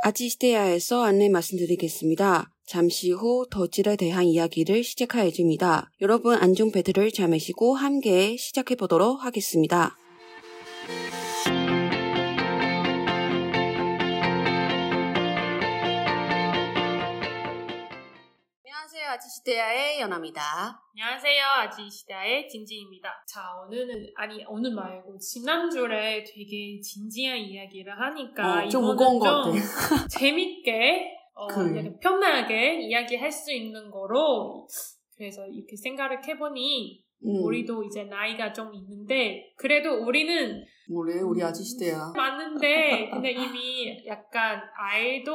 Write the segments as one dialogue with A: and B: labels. A: 아지스테야에서 안내 말씀드리겠습니다. 잠시 후 더질에 대한 이야기를 시작하여줍니다. 여러분 안중 배틀을 잠으시고 함께 시작해보도록 하겠습니다. 안녕하세요. 아지스테야의 연아입니다.
B: 안녕하세요. 아지시다의 진지입니다. 자, 오늘은, 아니, 오늘 말고, 지난주에 되게 진지한 이야기를 하니까,
A: 어, 좀
B: 이번은
A: 무거운 것
B: 좀 재밌게, 어,
A: 그.
B: 약간 편하게 이야기할 수 있는 거로, 그래서 이렇게 생각을 해보니,
A: 음,
B: 우리도 이제 나이가 좀 있는데, 그래도 우리는
A: 뭐래 우리 아지스테야.
B: 맞는데, 근데 이미 약간 아이돌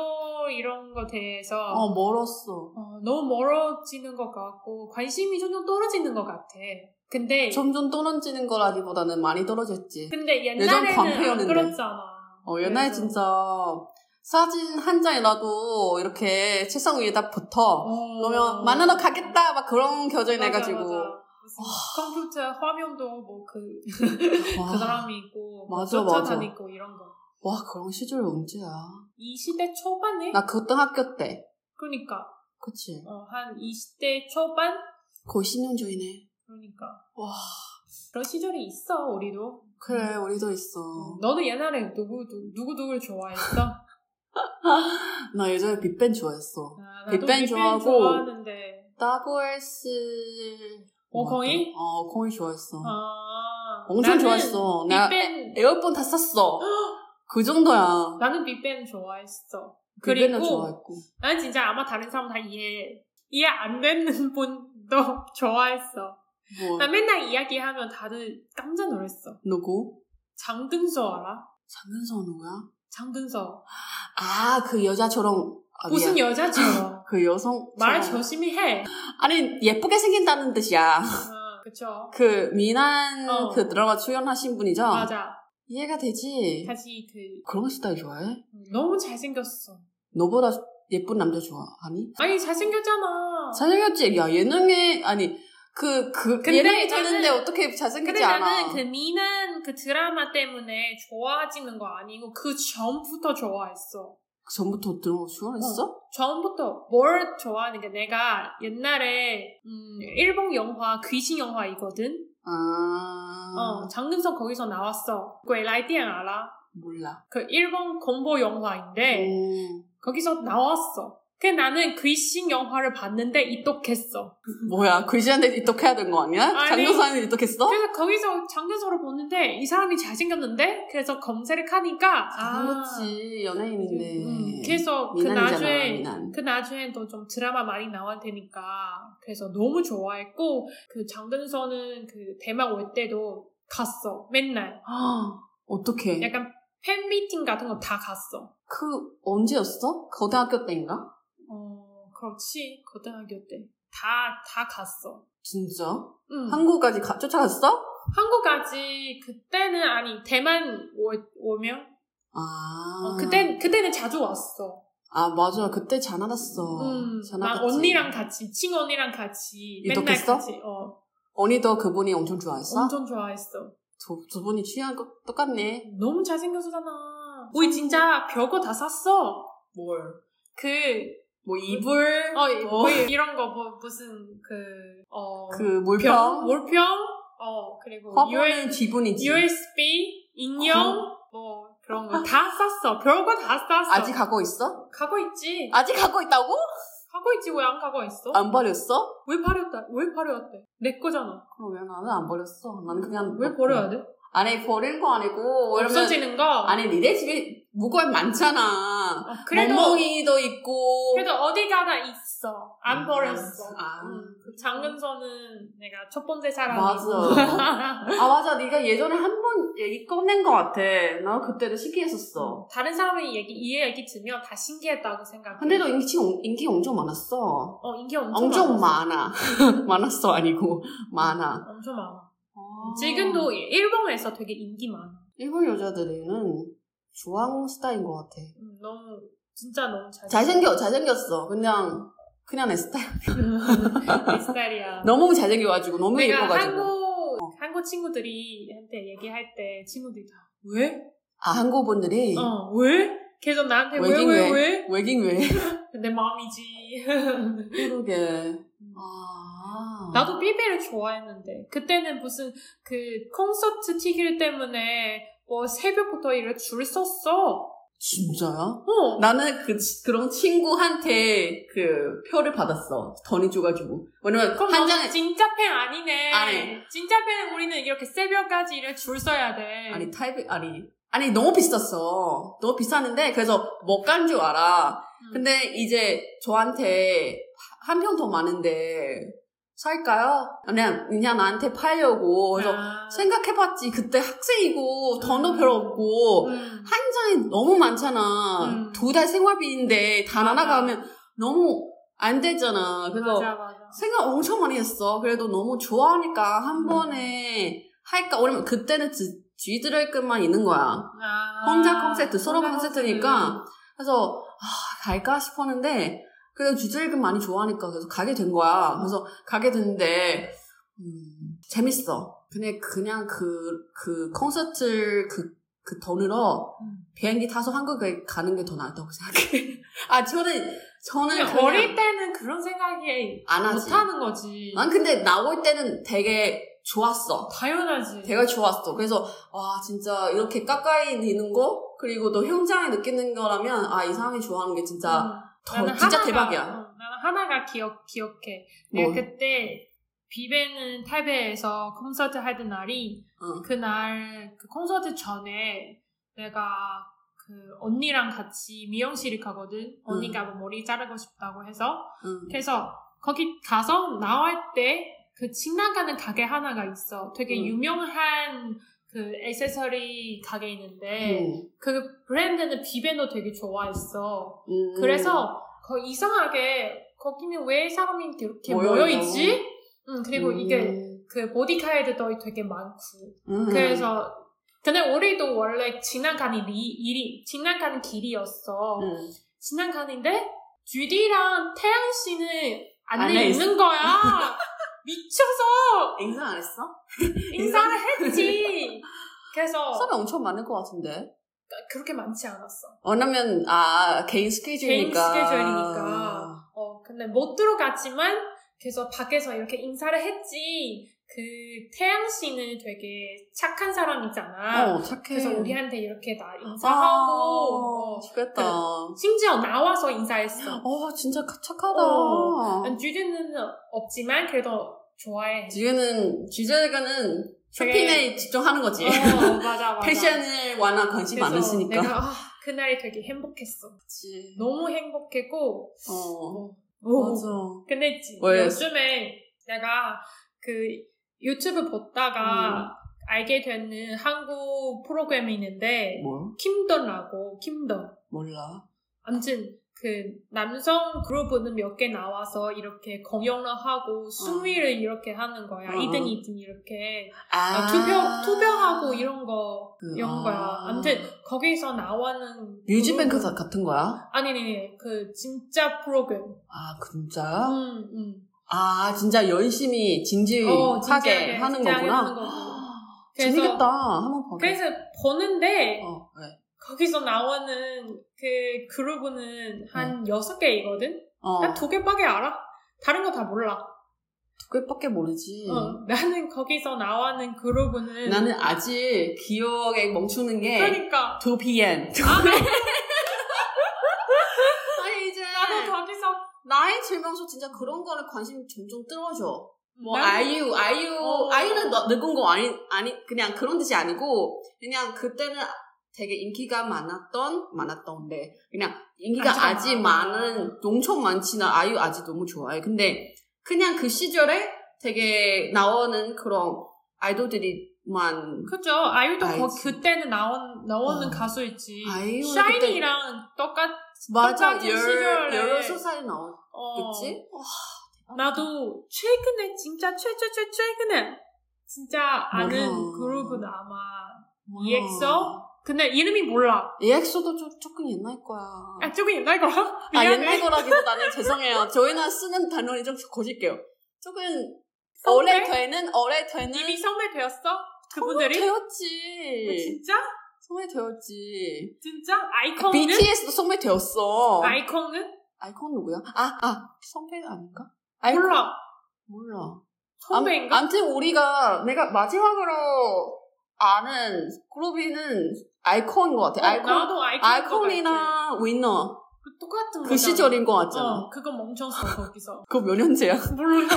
B: 이런 거 대해서,
A: 어 멀었어.
B: 어, 너무 멀어지는 것 같고 관심이 점점 떨어지는 것 같아. 근데
A: 점점 떨어지는 거라기보다는 많이 떨어졌지.
B: 근데
A: 예전
B: 옛날에는 안
A: 광패였는데.
B: 그렇잖아.
A: 어, 옛날에
B: 그래서,
A: 진짜 사진 한 장이라도 이렇게 책상 위에다 붙어.
B: 어,
A: 그러면 만나러 가겠다 막 그런 결정이
B: 맞아,
A: 나가지고
B: 맞아. 무슨 컴퓨터 화면도 뭐그 그
A: 와,
B: 사람이 있고 뭐
A: 아. 맞아, 맞아.
B: 쫓아다니고 이런 거.
A: 와 그런 시절 언제야?
B: 이 시대 초반에
A: 나 고등학교 때,
B: 그러니까
A: 그치?
B: 어, 한 20대 초반
A: 거의 10년 전이네.
B: 그러니까
A: 와
B: 그런 시절이 있어 우리도. 음,
A: 그래 우리도 있어.
B: 너는 옛날에 누구 누- 누구 누구를 좋아했어?
A: 나 예전에 빅뱅 좋아했어.
B: 아, 나도
A: 빅뱅
B: 빅뱅
A: 좋아하고.
B: 좋아하는데
A: WS
B: 어, 공이?
A: 어 공이 좋아했어.
B: 아,
A: 엄청
B: 나는
A: 좋아했어. 나
B: 빅뱅
A: 에어폰 다 샀어. 그 정도야.
B: 나는 빅뱅 좋아했어.
A: 빅뱅도
B: 그리고
A: 좋아했고.
B: 난 진짜 아마 다른 사람 다 이해 이해 안 되는 분도 좋아했어.
A: 뭐
B: 나 맨날 이야기하면 다들 깜짝 놀랐어.
A: 누구?
B: 장근서 알아?
A: 장윤서 누구야?
B: 장근서
A: 아, 그 여자처럼. 아,
B: 무슨
A: 미안.
B: 여자처럼
A: 그 여성.
B: 말 조심히 해.
A: 아니, 예쁘게 생긴다는 뜻이야.
B: 어, 그쵸?
A: 그, 미난
B: 어.
A: 그 드라마 출연하신 분이죠?
B: 맞아.
A: 이해가 되지?
B: 다시 그
A: 그런 스타일 좋아해?
B: 너무 잘생겼어.
A: 너보다 예쁜 남자 좋아하니?
B: 아니 잘생겼잖아.
A: 잘생겼지? 야, 예능에, 아니, 그, 그,
B: 근데
A: 예능에 쳤는데
B: 나는-
A: 어떻게
B: 근데
A: 잘생기지 않아?
B: 나는 그 미난 그 드라마 때문에 좋아지는 거 아니고 그 전부터 좋아했어.
A: 전부터 드라마 출연했어?
B: 전부터 뭘 좋아하는 게 내가 옛날에 음, 일본 영화 귀신 영화이거든.
A: 음. 아,
B: 어, 장근석 거기서 나왔어. 그 라이디안 알아?
A: 몰라.
B: 그 일본 공포 영화인데
A: 오,
B: 거기서 나왔어. 그 나는 귀신 영화를 봤는데 입덕했어.
A: 뭐야, 그 글씨한테 입덕해야 되는 거 아니야?
B: 아니.
A: 장교사한테 입덕했어?
B: 그래서 거기서 장근석을 보는데 이 사람이 잘생겼는데 그래서 검색을 하니까 아,
A: 그렇지 네. 연예인인데
B: 음, 그래서 그
A: 미남이잖아,
B: 나중에
A: 미남.
B: 그 나중에 또 좀 드라마 많이 나올 테니까 그래서 너무 좋아했고 그 장근서는 그 대만 올 때도 갔어 맨날
A: 아, 어떻게
B: 약간 팬 미팅 같은 거 다 갔어
A: 그 언제였어? 고등학교 때인가?
B: 어 그렇지 고등학교 때 다 다 갔어
A: 진짜?
B: 응.
A: 한국까지 가, 쫓아갔어?
B: 한국 아직 그때는 아니 대만 오, 오면
A: 아
B: 어, 그때 그때는 자주 왔어
A: 아 맞아 그때 잘 알았어
B: 음,
A: 잘
B: 막
A: 알았지.
B: 언니랑 같이 친언니랑 같이 맨날
A: 유독했어?
B: 같이 어
A: 언니도 그분이 엄청 좋아했어?
B: 엄청 좋아했어
A: 두, 두 분이 취향 똑- 똑같네
B: 너무 잘생겼잖아. 우리 진짜 별거 다 샀어.
A: 뭘?
B: 그,
A: 뭐 이불
B: 어, 이- 뭐 이런 거, 뭐, 무슨, 그, 어,
A: 그
B: 병,
A: 물병
B: 월평, 어, 그리고
A: 화분은
B: US,
A: 기분이지
B: USB, 인형, 뭐, 그런 거 다 샀어. 별거 다 샀어.
A: 아직 가고 있어?
B: 가고 있지.
A: 아직 가고 있다고?
B: 가고 있지, 왜 안 가고 있어?
A: 안 버렸어?
B: 왜 버렸다, 왜 버렸대? 내 거잖아.
A: 그럼 왜 나는 안 버렸어 나는 그냥
B: 왜 버려야 돼?
A: 아니 버린 거 아니고 왜냐면
B: 없어지는 거.
A: 아니 니네 집에 무거운 많잖아.
B: 어, 그래도,
A: 멍멍이도 있고.
B: 그래도 어디 가나 있어. 안
A: 음,
B: 버렸어.
A: 아,
B: 음. 장근서는 내가 첫 번째 사람이고.
A: 맞아. 아 맞아. 네가 예전에 한 번 얘기 꺼낸 것 같아. 나 그때도 신기했었어.
B: 다른 사람의 얘기, 이 얘기 들면 다 신기했다고 생각해.
A: 근데도 인기 엄- 인기 엄청 많았어.
B: 어, 인기 엄청,
A: 엄청
B: 많아.
A: 많아. 많았어 아니고 많아.
B: 엄청 많아. 지금도 일본에서 되게 인기 많아.
A: 일본 여자들은 주황 스타인 것 같아.
B: 음, 너무, 진짜 너무 잘
A: 잘생겨 잘생겼어. 그냥 그냥 내 스타일.
B: 내 스타일이야.
A: 너무 잘생겨가지고 너무
B: 내가
A: 예뻐가지고. 어.
B: 한국, 한국 친구들이 한테 얘기할 때 친구들이 다, 왜?
A: 아 한국 분들이.
B: 어, 왜? 계속 나한테 왜
A: 외긴
B: 왜 왜
A: 왜? 외긴 왜?
B: 내 마음이지.
A: 그러게. 아.
B: 음. 나도 삐베를 좋아했는데 그때는 무슨 그 콘서트 티켓 때문에 뭐 새벽부터 이래 줄 섰어.
A: 진짜야?
B: 어.
A: 나는 그 치- 그런 친구한테 그 표를 받았어. 돈이 줘가지고. 왜냐면
B: 그럼
A: 한
B: 너는
A: 장에
B: 진짜 팬 아니네.
A: 아니.
B: 진짜 팬은 우리는 이렇게 새벽까지 이래 줄 서야 돼.
A: 아니 타입이 아니 아니 너무 비쌌어. 너무 비쌌는데 그래서 못 간 줄 알아.
B: 음.
A: 근데 이제 저한테 한 평 더 많은데 살까요? 그냥 그냥 나한테 팔려고. 그래서
B: 아.
A: 생각해봤지 그때 학생이고 돈도
B: 음.
A: 별로 없고
B: 음.
A: 한 장이 너무 많잖아.
B: 음.
A: 두 달 생활비인데 다 날아가면 너무 안 되잖아. 그래서
B: 맞아 맞아.
A: 생각 엄청 많이 했어. 그래도 너무 좋아하니까 한
B: 음.
A: 번에 할까? 왜냐면 그때는 지, 쥐들의 끝만 있는 거야.
B: 아.
A: 혼자 콘서트, 서로
B: 혼자
A: 콘서트니까. 그래서 아, 갈까 싶었는데 그래도 쥐들의 끝 많이 좋아하니까 그래서 가게 된 거야. 그래서 가게 됐는데 음, 재밌어. 근데 그냥 그, 그 콘서트 그, 그 돈으로
B: 음.
A: 비행기 타서 한국에 가는 게 더 나았다고 생각해. 아, 저는, 저는
B: 그냥
A: 그냥
B: 어릴 때는 그런 생각이
A: 안 하지.
B: 못하는 거지.
A: 난 근데 나올 때는 되게 좋았어.
B: 당연하지.
A: 되게 좋았어. 그래서 와 진짜 이렇게 가까이 있는 거 그리고 또 현장에 느끼는 거라면 아 이 사람이 좋아하는 게 진짜
B: 음.
A: 더
B: 나는
A: 진짜
B: 하나가- 네,
A: 대박이야.
B: 어, 나는 하나가 기억 기억해.
A: 뭐?
B: 내가 그때 비베는 타이베이에서 콘서트 하던 날이
A: 응.
B: 그날 그 콘서트 전에 내가 그 언니랑 같이 미용실을 가거든. 언니가
A: 음.
B: 뭐 머리 자르고 싶다고 해서
A: 응.
B: 그래서 거기 가서 나올 때 그 지나가는 가게 하나가 있어. 되게
A: 음.
B: 유명한 그 액세서리 가게 있는데
A: 응.
B: 그 브랜드는 비베노 되게 좋아했어.
A: 음.
B: 그래서 거 이상하게 거기는 왜 사람이 이렇게
A: 모여
B: 모여 있지? 응, 그리고
A: 음.
B: 이게 그 보디카에도 되게 많고
A: 음.
B: 그래서 근데 우리도 원래 지나가는 리, 일이 지나가는 길이었어.
A: 음.
B: 지나가는데 주디랑 태양 씨는
A: 안에
B: 안에 있는 거야. 미쳐서
A: 인사 안 했어?
B: 인사를 했지. 그래서
A: 사람이 엄청 많을 것 같은데.
B: 그렇게 많지 않았어.
A: 왜냐면 아 개인 스케줄이니까.
B: 개인 스케줄이니까. 어, 근데 못 들어갔지만 그래서 밖에서 이렇게 인사를 했지. 그 태양 씨는 되게 착한 사람이잖아.
A: 어 착해.
B: 그래서 우리한테 이렇게 다
A: 아,
B: 인사하고
A: 죽겠다.
B: 어, 심지어 나와서 인사했어.
A: 어 진짜 착하다.
B: 어. 주제는 없지만 그래도 좋아해.
A: 지금은 지저가는 쇼핑에 집중하는 거지.
B: 어, 맞아 맞아.
A: 패션을 완화 관심
B: 그래서
A: 많으시니까.
B: 내가 아, 그날이 되게 행복했어.
A: 그치.
B: 너무 행복했고.
A: 어
B: 오.
A: 맞아.
B: 근데 지-
A: 왜?
B: 요즘에 내가 그 유튜브
A: 음.
B: 보다가 알게 되는 한국 프로그램이 있는데
A: 뭐
B: 킴던라고 킴던
A: 몰라.
B: 아무튼 그 남성 그룹은 몇 개 나와서 이렇게 공연을 하고 순위를 이렇게 하는 거야
A: 아. 어.
B: 2등 2등 이렇게
A: 아,
B: 아, 투표 투표하고 이런 거
A: 그,
B: 이런
A: 아.
B: 거야 아무튼 거기서 나오는
A: 뮤직뱅크
B: 그룹-
A: 가- 같은 거야?
B: 아니 아니 아니. 그 진짜 프로그램
A: 아 진짜?
B: 음, 음.
A: 아 진짜 열심히
B: 어,
A: 진지하게
B: 진지하게,
A: 하는
B: 진지하게
A: 거구나.
B: 하는 거고. 그래서-
A: 재밌겠다. 한번 봐봐.
B: 그래서 보는데
A: 어 왜?
B: 거기서 나오는 그 그룹은 한 여섯 개이거든.
A: 네. 어
B: 난 두 개밖에 알아. 다른 거 다 몰라.
A: 그밖에 모르지.
B: 어, 나는 거기서 나오는 그룹은
A: 음. 나는 아직 기억에 멈추는 게
B: 그러니까
A: 2PM.
B: 아,
A: 아니 이제
B: 나도 거기서
A: 나이 들면서 진짜 그런 거를 관심이 점점 떨어져. 뭐
B: 난-
A: 아이유, 아이유,
B: 어.
A: 아이유는 너- 늙은 거 아니 아니 그냥 그런 뜻이 아니고 그냥 그때는 되게 인기가 많았던 많았던데 그냥 인기가
B: 많잖아.
A: 아직 많은 엄청 많지나 아이유 아직 너무 좋아해. 근데 그냥 그 시절에 되게 나오는 그런 아이돌들이만
B: 그죠. 아이유도 거,
A: 알지.
B: 그때는 나온 나오는
A: 어.
B: 가수 있지.
A: 아이유는
B: 샤이니랑 똑같.
A: 맞아
B: 똑같은
A: 열
B: 시절에.
A: 열여섯 살에 나왔겠지.
B: 어, 나도 최근에 진짜 최최최 최근에 진짜 아는
A: 몰라.
B: 그룹은 아마 EXO? 근데 이름이 몰라.
A: EXO도 조, 조금 옛날 거야.
B: 아, 조금 옛날 거라?
A: 아,
B: 미안해.
A: 옛날 거라기보다는 죄송해요. 저희는 쓰는 단어를 좀 거칠게요. 조금
B: 성대?
A: 오래 되는 오래 되는
B: 이미 성매되었어? 그분들이?
A: 되었지.
B: 어, 진짜?
A: 소개되었지.
B: 진짜? 아이콘은?
A: BTS도 소개되었어.
B: 아이콘은?
A: 아이콘 누구야? 아, 아, 성배 아닌가? 아이콘?
B: 몰라.
A: 몰라.
B: 선배인가? 어,
A: 암, 아무튼 우리가, 내가 마지막으로 아는 그룹이는 아이콘인 것 같아.
B: 어,
A: 아이콘,
B: 나도 아이콘.
A: 아이콘이나 위너.
B: 그 똑같은
A: 그
B: 거잖아.
A: 시절인 것 같잖아.
B: 어, 그거 멈췄어 거기서.
A: 그거 몇 년째야?
B: 몰라.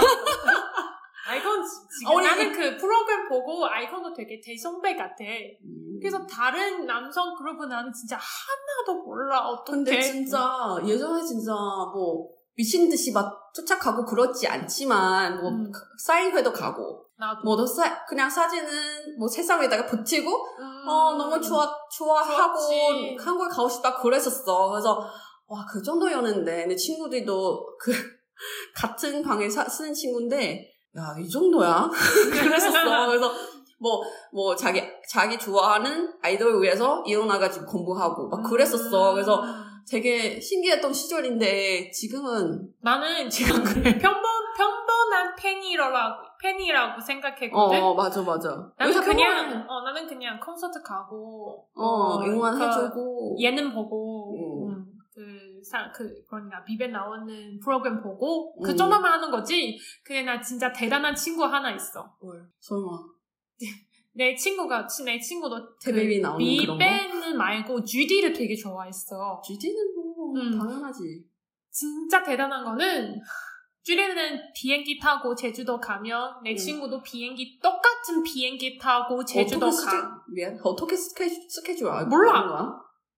B: 아이콘 지- 지금
A: 어, 우리
B: 나는 그 프로그램 보고 아이콘도 되게 대선배 같아.
A: 음.
B: 그래서 다른 남성 그룹은 나는 진짜 하나도 몰라. 어떻게?
A: 근데 진짜 예전에 진짜 뭐 미친 듯이 막 쫓아가고 그렇지 않지만 뭐
B: 음.
A: 사인회도 가고
B: 나도.
A: 뭐너 사, 그냥 사진은 뭐 세상에다가 붙이고
B: 음.
A: 어 너무 좋아 좋아하고
B: 좋았지.
A: 한국에 가고 싶다 그랬었어 그래서 와 그 정도였는데 내 친구들도 그 같은 방에 사- 쓰는 친구인데 야 이 정도야 그랬었어 그래서 뭐, 뭐, 자기, 자기 좋아하는 아이돌을 위해서 일어나가지고 공부하고 막
B: 음.
A: 그랬었어. 그래서 되게 신기했던 시절인데 지금은
B: 나는 지금
A: 그래.
B: 평범 평범한 팬이라고 팬이라고 생각했거든.
A: 어, 맞아, 맞아.
B: 네? 나는
A: 요새
B: 그냥 어 나는 그냥 콘서트 가고
A: 평범한- 어,
B: 그러니까
A: 응원해주고.
B: 예능 보고
A: 음.
B: 음, 그, 사, 그, 그러니까, 비에 나오는 프로그램 보고, 그
A: 음.
B: 정도만 하는 거지. 근데 나 진짜 대단한 친구 하나 있어.
A: 뭘, 설마.
B: 내 친구가, 내 친구도.
A: 데뷔비
B: 그
A: 나오는 그런 거?
B: 비밴은 말고, GD를 되게 좋아했어.
A: GD는 뭐,
B: 음.
A: 당연하지.
B: 진짜 대단한 거는 줄에는 비행기 타고 제주도 가면 내
A: 음.
B: 친구도 비행기 똑같은 비행기 타고 제주도
A: 어떻게 스케,
B: 가.
A: 미안. 어떻게 스케줄, 스케줄 알고
B: 몰라.
A: 그런 거야?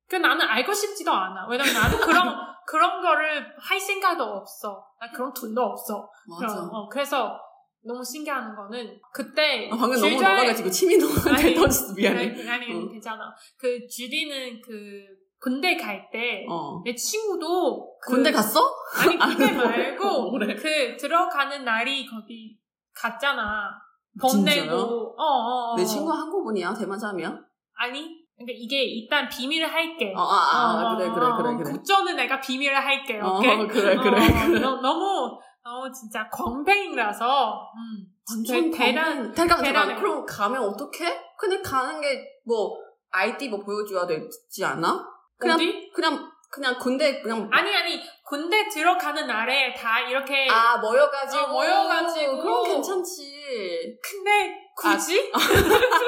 B: 그 나는 알고 싶지도 않아. 왜냐면 나도 그런 그런 거를 할 생각도 없어. 나 그런 돈도 없어.
A: 맞아.
B: 그럼, 어, 그래서 너무 신기한 거는 그때
A: 아, 방금 너무
B: 줄자에-
A: 놀아가지고 침이 너무
B: 아니,
A: 뱉어졌어. 미안해.
B: 아니, 아니,
A: 어.
B: 괜찮아. 그 주디는 그 군대 갈 때 내
A: 어.
B: 친구도 그-
A: 군대 갔어?
B: 아니 그때
A: 아니,
B: 말고
A: 어, 뭐래?
B: 그 들어가는 날이 거기 갔잖아. 번
A: 진짜요?
B: 내고 어어 어.
A: 내 친구 한국분이야? 대만 사람이야?
B: 아니 근데 이게 일단 비밀을 할게.
A: 어, 아, 아,
B: 어,
A: 그래,
B: 어,
A: 그래,
B: 어,
A: 그래, 그래.
B: 국전은 내가 비밀을 할게.
A: 어,
B: 오케이?
A: 그래, 그래,
B: 어,
A: 그래.
B: 너, 너무 너무 진짜 건팽이라서 음,
A: 완전
B: 대- 대단-
A: 대단 대단
B: 대단해.
A: 대단 그럼 가면 어떡해? 근데 가는 게 뭐 아이디 뭐 보여줘야 되지 않아? 그냥
B: 어디?
A: 그냥 그냥 군대 그냥
B: 아니 아니 군대 들어가는 날에 다 이렇게
A: 아 모여가지고
B: 어, 모여가지고.
A: 그럼 괜찮지.
B: 근데 굳이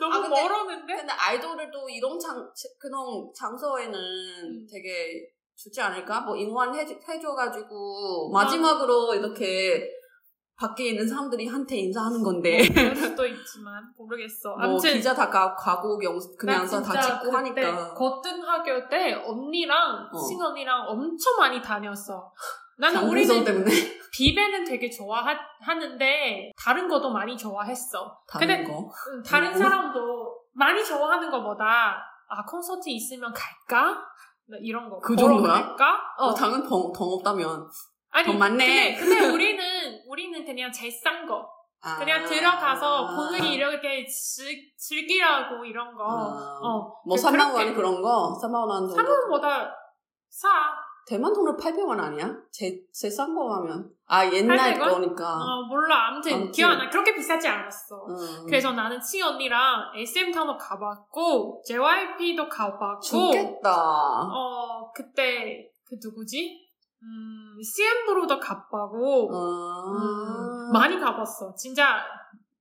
B: 너무
A: 아, 근데-
B: 멀었는데
A: 근데 아이돌을 또 이런 장 그런 장소에는
B: 음.
A: 되게 좋지 않을까? 뭐 응원해
B: 음.
A: 해줘가지고 마지막으로 이렇게 밖에 있는 사람들이 한테 인사하는 건데.
B: 뭐 그럴 수도 있지만 모르겠어.
A: 네. 뭐
B: 아무튼
A: 기자 다 가, 가고 영 그냥
B: 나
A: 다
B: 그러니까 진짜
A: 찍고
B: 그때
A: 하니까
B: 고등학교 때 언니랑
A: 어.
B: 친언니랑 엄청 많이 다녔어. 나는
A: 장풍선
B: 우리는
A: 때문에
B: 비배는 되게 좋아하는데 다른 것도 많이 좋아했어.
A: 다른
B: 근데-
A: 거
B: 음, 다른
A: 음.
B: 사람도 많이 좋아하는 것보다 아 콘서트 있으면 갈까? 나 이런 거.
A: 그
B: 보러
A: 정도야?
B: 갈까? 어.
A: 어, 당은 덩, 덩 없다면
B: 아니
A: 더 많네.
B: 근데, 근데 우리는 우리는 그냥 제일 싼 거.
A: 아.
B: 그냥 들어가서
A: 아.
B: 보는 게 이렇게 즐, 즐기라고 이런 거.
A: 아.
B: 어.
A: 뭐
B: 그-
A: 3만 원
B: 그렇게-
A: 그런 거 3만 원 정도
B: 한국보다 사.
A: 대만 돈으로 800원 아니야? 제제싼 거하면 아 옛날
B: 800원?
A: 거니까
B: 어, 몰라. 아무튼,
A: 아무튼.
B: 기억 안 나. 그렇게 비싸지 않았어.
A: 음.
B: 그래서 나는 치 언니랑 SM 타운도 가봤고, JYP도 가봤고,
A: 좋겠다
B: 어, 그때, 그 누구지? 음, CM으로도
A: 아. 어.
B: 가봤고, 음, 많이 가봤어. 진짜,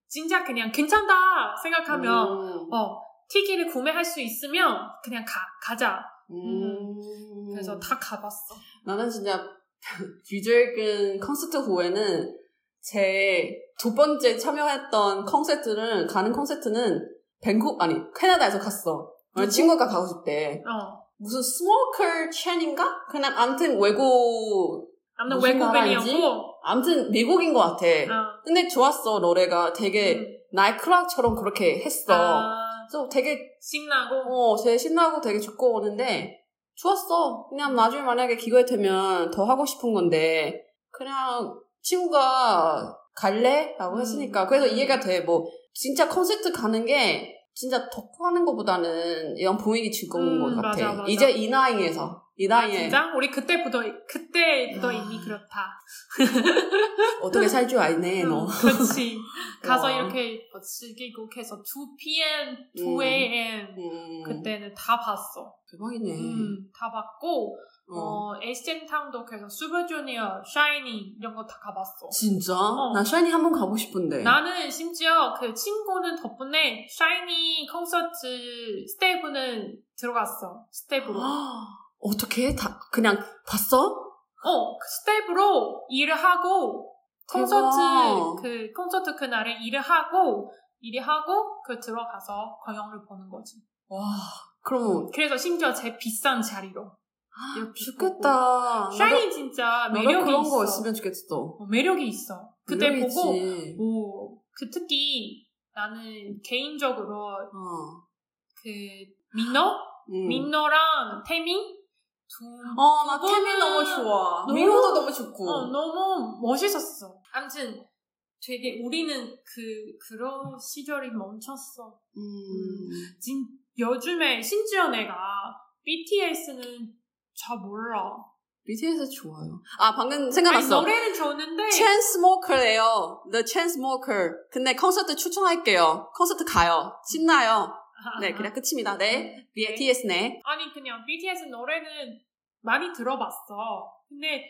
B: 진짜 그냥 괜찮다
A: 음.
B: 생각하면, 어, 티켓을 구매할 수 있으면 그냥 가, 가자.
A: 음.
B: 음. 그래서 다 가봤어.
A: 나는 진짜 뒤즐근 콘서트 후에는 제 두 번째 참여했던 콘서트를 가는 콘서트는 밴쿠 아니 캐나다에서 갔어. 우리
B: 누구?
A: 친구가 가고 싶대.
B: 어.
A: 무슨 스모클 첸인가? 그냥 아무튼 외국
B: 아무튼
A: 무슨
B: 외국인이었고,
A: 아무튼 미국인 것 같아.
B: 어.
A: 근데 좋았어 노래가 되게
B: 음.
A: 나이클락처럼 그렇게 했어.
B: 아,
A: 그래서 되게
B: 신나고,
A: 어, 되게 신나고 되게 좋고 오는데, 좋았어. 그냥 나중에 만약에 기회 되면 더 하고 싶은 건데, 그냥 친구가 갈래? 라고
B: 음.
A: 했으니까. 그래서 이해가 돼. 뭐, 진짜 콘서트 가는 게, 진짜 덕후 하는 것보다는 이런 분위기 즐거운
B: 음,
A: 것 같아.
B: 맞아, 맞아.
A: 이제 이 나이에서. 이 나이에
B: 진짜? 우리 그때부터, 그때부터 이미 그렇다.
A: 어떻게 살 줄 아, 알네 너.
B: 음, 그렇지. 가서
A: 와.
B: 이렇게 뭐 즐기고 해서 2pm,
A: 음.
B: 2am.
A: 음,
B: 그때는 다 봤어.
A: 대박이네.
B: 음, 다 봤고,
A: 어.
B: 어, 에이스템 타운도 계속 슈퍼주니어, 샤이니 이런 거 다 가봤어.
A: 진짜?
B: 어.
A: 나 샤이니 한번 가고 싶은데.
B: 나는 심지어 그 친구는 덕분에 샤이니 콘서트 스텝은 들어갔어. 스텝으로.
A: 아. 어떻게 다 그냥 봤어?
B: 어, 그 스텝으로 일을 하고, 콘서트,
A: 대박.
B: 그, 콘서트 그날에 일을 하고, 일을 하고, 그 들어가서 공연을 보는 거지.
A: 와 그럼
B: 그래서 심지어 제 비싼 자리로. 이렇게
A: 죽겠다.
B: 샤이니 진짜
A: 나도- 나도
B: 매력이
A: 아, 뭐 그런
B: 있어.
A: 거 있으면 좋겠어.
B: 어, 매력이 있어. 그때
A: 매력이지.
B: 보고, 오, 그 특히 나는 개인적으로
A: 어.
B: 그 민호?
A: 음.
B: 민호랑 태민? 두,
A: 어, 나
B: 그거는-
A: 태민 너무 좋아.
B: 너무-
A: 민호도 너무 좋고.
B: 어, 너무 멋있었어. 아무튼 되게 우리는 그, 그런 시절이 멈췄어.
A: 음.
B: 진, 요즘에 심지어 내가 BTS는 잘 몰라.
A: BTS 좋아요. 아, 방금
B: 아니,
A: 생각났어.
B: 노래는 좋는데
A: 체인스모커예요. The Chainsmoker. 근데 콘서트 추천할게요. 콘서트 가요. 신나요. 네, 그냥 끝입니다. 네, BTS네.
B: 아니 그냥 BTS 노래는 많이 들어봤어. 근데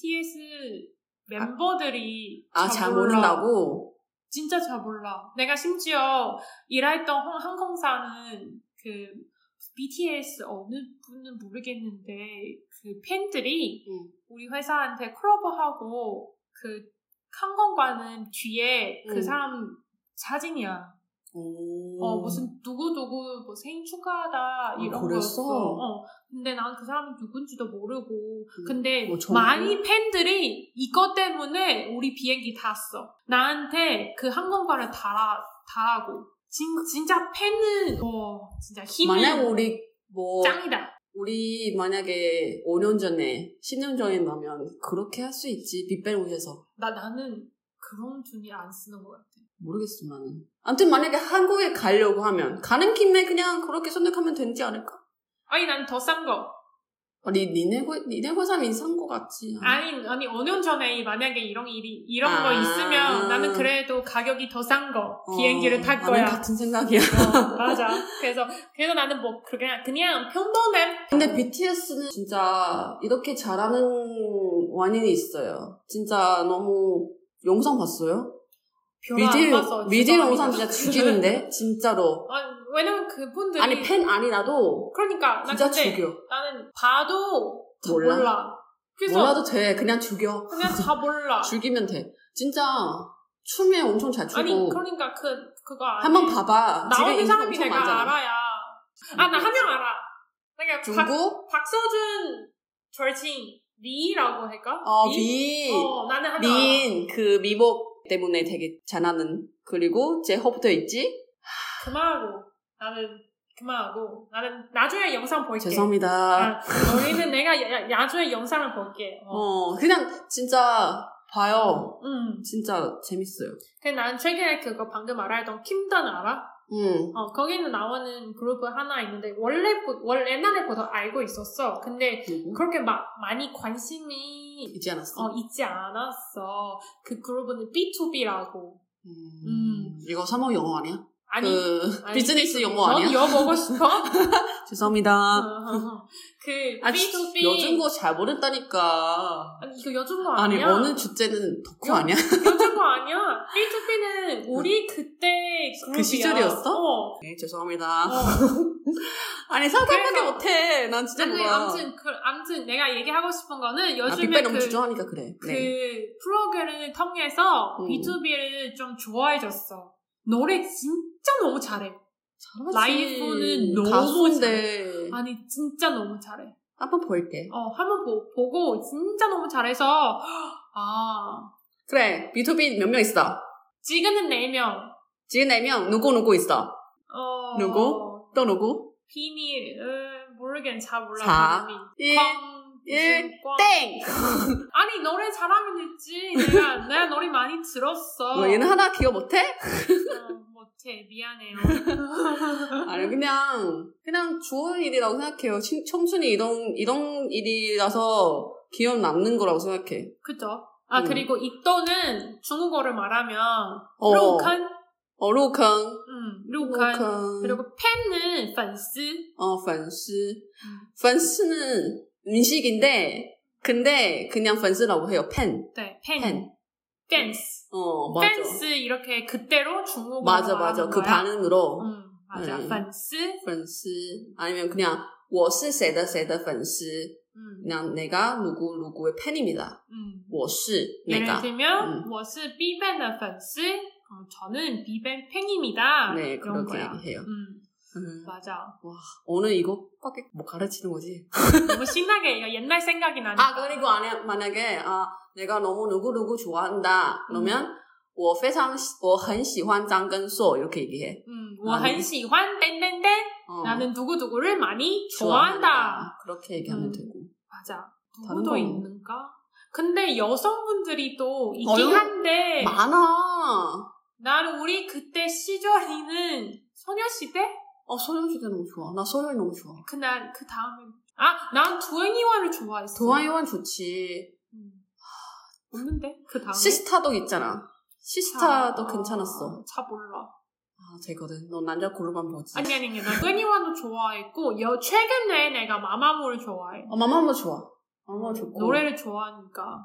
B: BTS 멤버들이
A: 아, 잘
B: 몰라.
A: 모른다고?
B: 진짜 잘 몰라. 내가 심지어 일했던 항- 항공사는 그 BTS 어느 분은 모르겠는데 그 팬들이
A: 음.
B: 우리 회사한테 콜라보하고 그 항공관은 뒤에 그
A: 음.
B: 사람 사진이야.
A: 오. 아,
B: 어 무슨 누구 누구 뭐 생일 축하하다 이런
A: 그랬어?
B: 거였어. 어 근데 난 그 사람이 누군지도 모르고
A: 음,
B: 근데
A: 뭐 정보?
B: 많이 팬들이 이것 때문에 우리 비행기 탔어. 나한테 그 항공관을 달아 달라고. 진 진짜 팬은 어 진짜
A: 만약
B: 힘은
A: 우리, 뭐,
B: 짱이다.
A: 우리 만약에 5년 전에, 10년 전이라면 그렇게 할 수 있지. 빅뱅 오셔서.
B: 나 나는 그런 돈이 안 쓰는 것 같아.
A: 모르겠어, 나는. 아무튼 만약에 한국에 가려고 하면, 가는 김에 그냥 그렇게 선택하면 되지 않을까?
B: 아니 난 더 싼 거.
A: 아니, 니네, 회- 니네 회사는 이상한 것 같지.
B: 아니 아니 5년 전에 만약에 이런 일이 이런 거
A: 음. 아.
B: 있으면 나는 그래도 가격이 더 싼 거
A: 어,
B: 비행기를 탈 거야.
A: 나는 같은 생각이야.
B: 어, 맞아. 그래서 그래서 나는 뭐 그냥 그냥 평범해.
A: 근데 BTS는 진짜 이렇게 잘하는 원인이 있어요. 진짜 너무 영상 봤어요? 미디어, 미디어 영상 진짜 죽이는데? 진짜로.
B: 아니, 왜냐면 그분들이
A: 아니, 팬 아니라도
B: 그러니까 나
A: 진짜
B: 근데
A: 죽여.
B: 나는 봐도 다
A: 몰라?
B: 몰라. 그래서
A: 몰라도 돼. 그냥 죽여.
B: 그냥 다 몰라.
A: 죽이면 돼. 진짜 춤에 엄청 잘 추고.
B: 아니 그러니까 그 그거 아니.
A: 한번 봐봐. 지금
B: 나오는
A: 인기
B: 사람이
A: 엄청
B: 내가
A: 많잖아.
B: 알아야. 아 나 한 명 알아. 내가 박
A: 중국?
B: 박서준 절친 리라고 할까?
A: 어,
B: 리?
A: 미.
B: 아, 어 나는 한 명. 알아.
A: 미인 그 미복 때문에 되게 잘하는 그리고 제호부터 있지?
B: 그만하고 나는 그만하고 나는 나중에 영상 볼게.
A: 죄송합니다.
B: 아, 너희는 내가 야, 나중에 영상을 볼게. 어.
A: 어 그냥 진짜 봐요.
B: 음.
A: 진짜 재밌어요.
B: 근데 난 최근에 그거 방금 알아했던 킴던 알아?
A: 음.
B: 어, 거기는 나오는 그룹 하나 있는데 원래 부- 원래 옛날에부터 알고 있었어. 근데
A: 누구?
B: 그렇게 막 많이 관심이
A: 있지 않았어?
B: 어, 있지 않았어. 그 그룹은 B2B라고.
A: 음.
B: 음.
A: 이거 사모 영어 아니야?
B: 아니
A: 그
B: 아니,
A: 비즈니스 영어 아니야?
B: 넌 이거 먹고 싶어? 어,
A: 죄송합니다.
B: 그
A: 아,
B: B2B
A: 요즘 거 잘 모른다니까.
B: 아니 이거 요즘 거
A: 아니,
B: 아니야?
A: 어느 주제는 덕후 아니야?
B: 요즘 거 아니야? B2B는 우리 그때 그룹이야.
A: 시절이었어? 그
B: 어.
A: 네, 죄송합니다.
B: 어.
A: 아니, 생각밖에
B: 그래서-
A: 못해. 난 진짜
B: 아니,
A: 몰라.
B: 아무튼, 그, 아무튼 내가 얘기하고 싶은 거는
A: 아,
B: 요즘에
A: 빅뱅
B: 그,
A: 너무 주저하니까 그래.
B: 그
A: 네.
B: 프로그램을 통해서
A: 음.
B: B2B를 좀 좋아해졌어. 노래 진짜 너무 잘해. 라이브는 너무
A: 가수인데.
B: 아니, 진짜 너무 잘해.
A: 한번 볼게.
B: 어, 한번 보, 보고 진짜 너무 잘해서, 아,
A: 그래, B2B 몇 명 있어?
B: 지금은 4명.
A: 지금 4명, 누구 누구 있어?
B: 어,
A: 누구? 또 누구?
B: 비밀, 음, 모르겠는 잘 몰라.
A: 사,
B: 비밀.
A: 일,
B: 광,
A: 예. 1땡!
B: 과- 아니 노래 잘하면 됐지. 내가 내가 노래 많이 들었어.
A: 뭐 얘는 하나 기억 못해?
B: 어, 못해 미안해요.
A: 아니 그냥 그냥 좋은 일이라고 생각해요. 청- 청춘이 이런 이런 일이라서 기억 남는 거라고 생각해.
B: 그죠? 아
A: 음.
B: 그리고 이 또는 중국어를 말하면
A: 어,
B: 루칸,
A: 어 루캉,
B: 음 루칸. 그리고 팬은 팬스.
A: 어 펀스, 펀스는 음식인데 근데 그냥 펀스라고 해요. 팬,
B: 네, 팬.
A: 팬.
B: 댄스.
A: 어 맞아,
B: 댄스 이렇게 그대로 중국어로
A: 맞아
B: 말하는
A: 맞아 그
B: 거야?
A: 반응으로
B: 음, 맞아.
A: 음.
B: 팬스.
A: 펀스 아니면 그냥 我是谁的谁的粉丝
B: 음.
A: 그냥 내가 누구 누구의 팬입니다.
B: 음.
A: 我是
B: 예를
A: 내가
B: 들면
A: 음.
B: 我是 비밴의 팬스. 어, 저는 비밴 팬입니다.
A: 네
B: 이런
A: 그렇게
B: 거야.
A: 얘기해요.
B: 음,
A: 음.
B: 맞아.
A: 오늘 이거밖에 못 가르치는 거지.
B: 너무 신나게 이거 옛날 생각이 나니까.
A: 아 그리고 안에- 만약에 아 내가 너무 누구 누구 좋아한다 그러면 我非常我很喜欢张根硕 이렇게 얘기해.
B: 음,
A: 나는-
B: 我很喜欢 땡땡땡.
A: 어,
B: 나는 누구누구를 많이 좋아한다.
A: 그렇게 얘기하면
B: 음.
A: 되고.
B: 맞아.
A: 다른
B: 누구도
A: 건
B: 있는가? 근데 여성분들이 또 있긴
A: 어려워.
B: 한데
A: 많아.
B: 나는 우리 그때 시절이는 소녀시대?
A: 어 소연 씨도 너무 좋아. 나 소연 너무 좋아.
B: 그날 그 다음에 아, 난 도행이와를 좋아했어.
A: 도화요한 좋지.
B: 음. 없는데 그 다음에 아.
A: 시스타도 있잖아. 시스타도 괜찮았어.
B: 차 몰라.
A: 아 되거든. 넌 남자 고르만 보지.
B: 아니 아니 아니 나 도행이와도 좋아했고 여 최근에 내가 마마무를 좋아해.
A: 어 마마무 좋아. 마마무 좋고.
B: 노래를 좋아하니까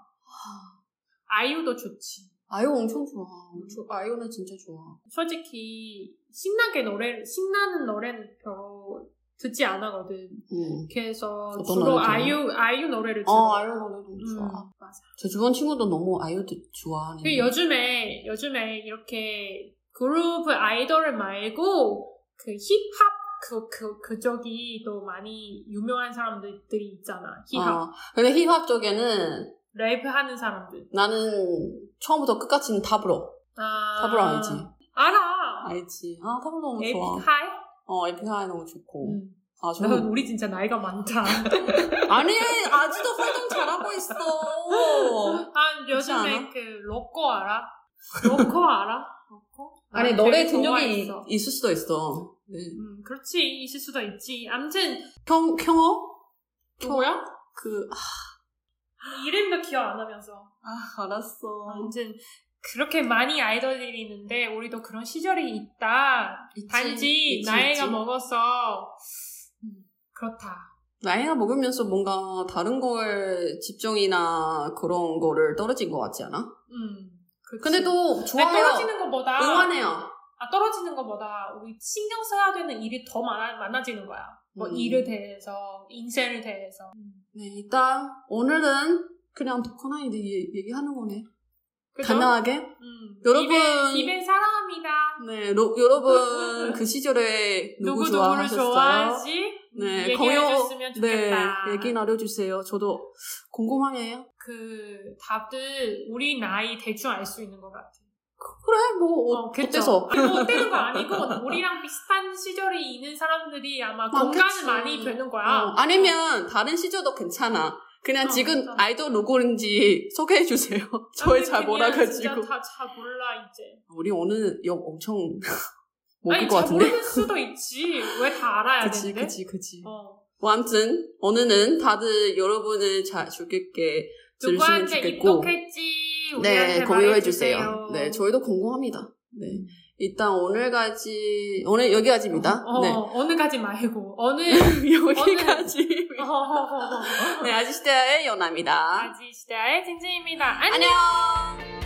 B: 아이유도 좋지.
A: 아이유 엄청 좋아. 저- 아이유는 진짜 좋아.
B: 솔직히 신나게 노래 신나는 노래는 별로 듣지 않아거든. 음.
A: 응.
B: 그래서
A: 어떤
B: 주로
A: 노래 좋아해?
B: 아이유 아이유 노래를 들어.
A: 어, 아이유 노래도
B: 음,
A: 좋아.
B: 맞아.
A: 제 주변 친구도 너무 아이유 좋아하는. 어.
B: 그 요즘에 요즘에 이렇게 그룹 아이돌 말고 그 힙합 그 그 그쪽이 또 많이 유명한 사람들이 있잖아. 힙합
A: 어, 근데 힙합 쪽에는
B: 랩 하는 사람들.
A: 나는 처음부터 끝까지는 타브로.
B: 아,
A: 타브로 알지?
B: 알아.
A: 알지. 아, 타브로 너무
B: 에픽
A: 좋아.
B: 하이.
A: 어, 에픽하이 너무 좋고.
B: 음.
A: 아,
B: 넌
A: 저는.
B: 우리 진짜 나이가 많다.
A: 아니, 아직도 활동 잘하고 있어.
B: 아, 요즘에
A: 않아?
B: 그 로꼬 알아? 로꼬 알아? 로꼬?
A: 아니,
B: 나
A: 노래
B: 되게
A: 든 적이
B: 좋아했어.
A: 있을 수도 있어. 네.
B: 음, 그렇지. 있을 수도 있지. 암튼
A: 평, 평어?
B: 누구야?
A: 그,
B: 이름도 기억 안 하면서.
A: 아, 알았어.
B: 암튼 그렇게 많이 아이돌들이 있는데 우리도 그런 시절이 있다.
A: 있지,
B: 단지
A: 있지,
B: 나이가
A: 있지.
B: 먹어서 음, 그렇다.
A: 나이가 먹으면서 뭔가 다른 거에 집중이나 그런 거를 떨어진 것 같지 않아?
B: 음. 그렇지.
A: 근데 또
B: 근데
A: 좋아요.
B: 떨어지는 것보다
A: 응원해요.
B: 아, 떨어지는 것보다 우리 신경 써야 되는 일이 더 많아, 많아지는 거야. 뭐
A: 음.
B: 일에 대해서, 인생에 대해서. 음.
A: 네, 일단 오늘은 그냥 독한아이들 얘기하는 거네.
B: 그죠?
A: 간단하게.
B: 음.
A: 여러분.
B: 입에, 입에 사랑합니다.
A: 네, 로- 여러분 그 시절에 누구
B: 누구 누구를
A: 좋아하셨어요?
B: 좋아하지? 음,
A: 네, 네,
B: 얘기해줬으면 좋겠다.
A: 얘기 나눠주세요. 저도 궁금하네요.
B: 그 답들 우리 나이 대충 알 수 있는 것 같아.
A: 그래, 뭐 어,
B: 그쵸?
A: 어때서?
B: 아니, 뭐 어때는 거 아니고 우리랑 비슷한 시절이 있는 사람들이 아마
A: 많겠지.
B: 공감을 많이 되는 거야.
A: 어, 아니면 다른 시절도 괜찮아. 그냥
B: 아, 어,
A: 지금
B: 맞아.
A: 아이돌 누구인지 소개해 주세요. 저희 잘
B: 진짜
A: 몰라가지고.
B: 다잘 몰라 이제.
A: 우리 오늘 욕 엄청 먹을
B: 아니,
A: 것
B: 잘
A: 같은데.
B: 모르는 수도 있지. 왜 다 알아야
A: 그치,
B: 되는데?
A: 그치, 그치.
B: 어.
A: 뭐 아무튼 오늘은 다들 여러분을 잘 즐겁게 들으시면
B: 누구한테
A: 좋겠고
B: 입덕했지?
A: 네
B: 우리한테
A: 공유해
B: 말해주세요.
A: 주세요. 네 저희도 궁금합니다. 네 일단 오늘까지 오늘 여기까지입니다.
B: 어,
A: 네
B: 어느까지 말고 어느
A: 여기까지.
B: 어허허허.
A: 네 아지시대의 연아입니다.
B: 아지 시대의 진진입니다. 안녕.
A: 안녕.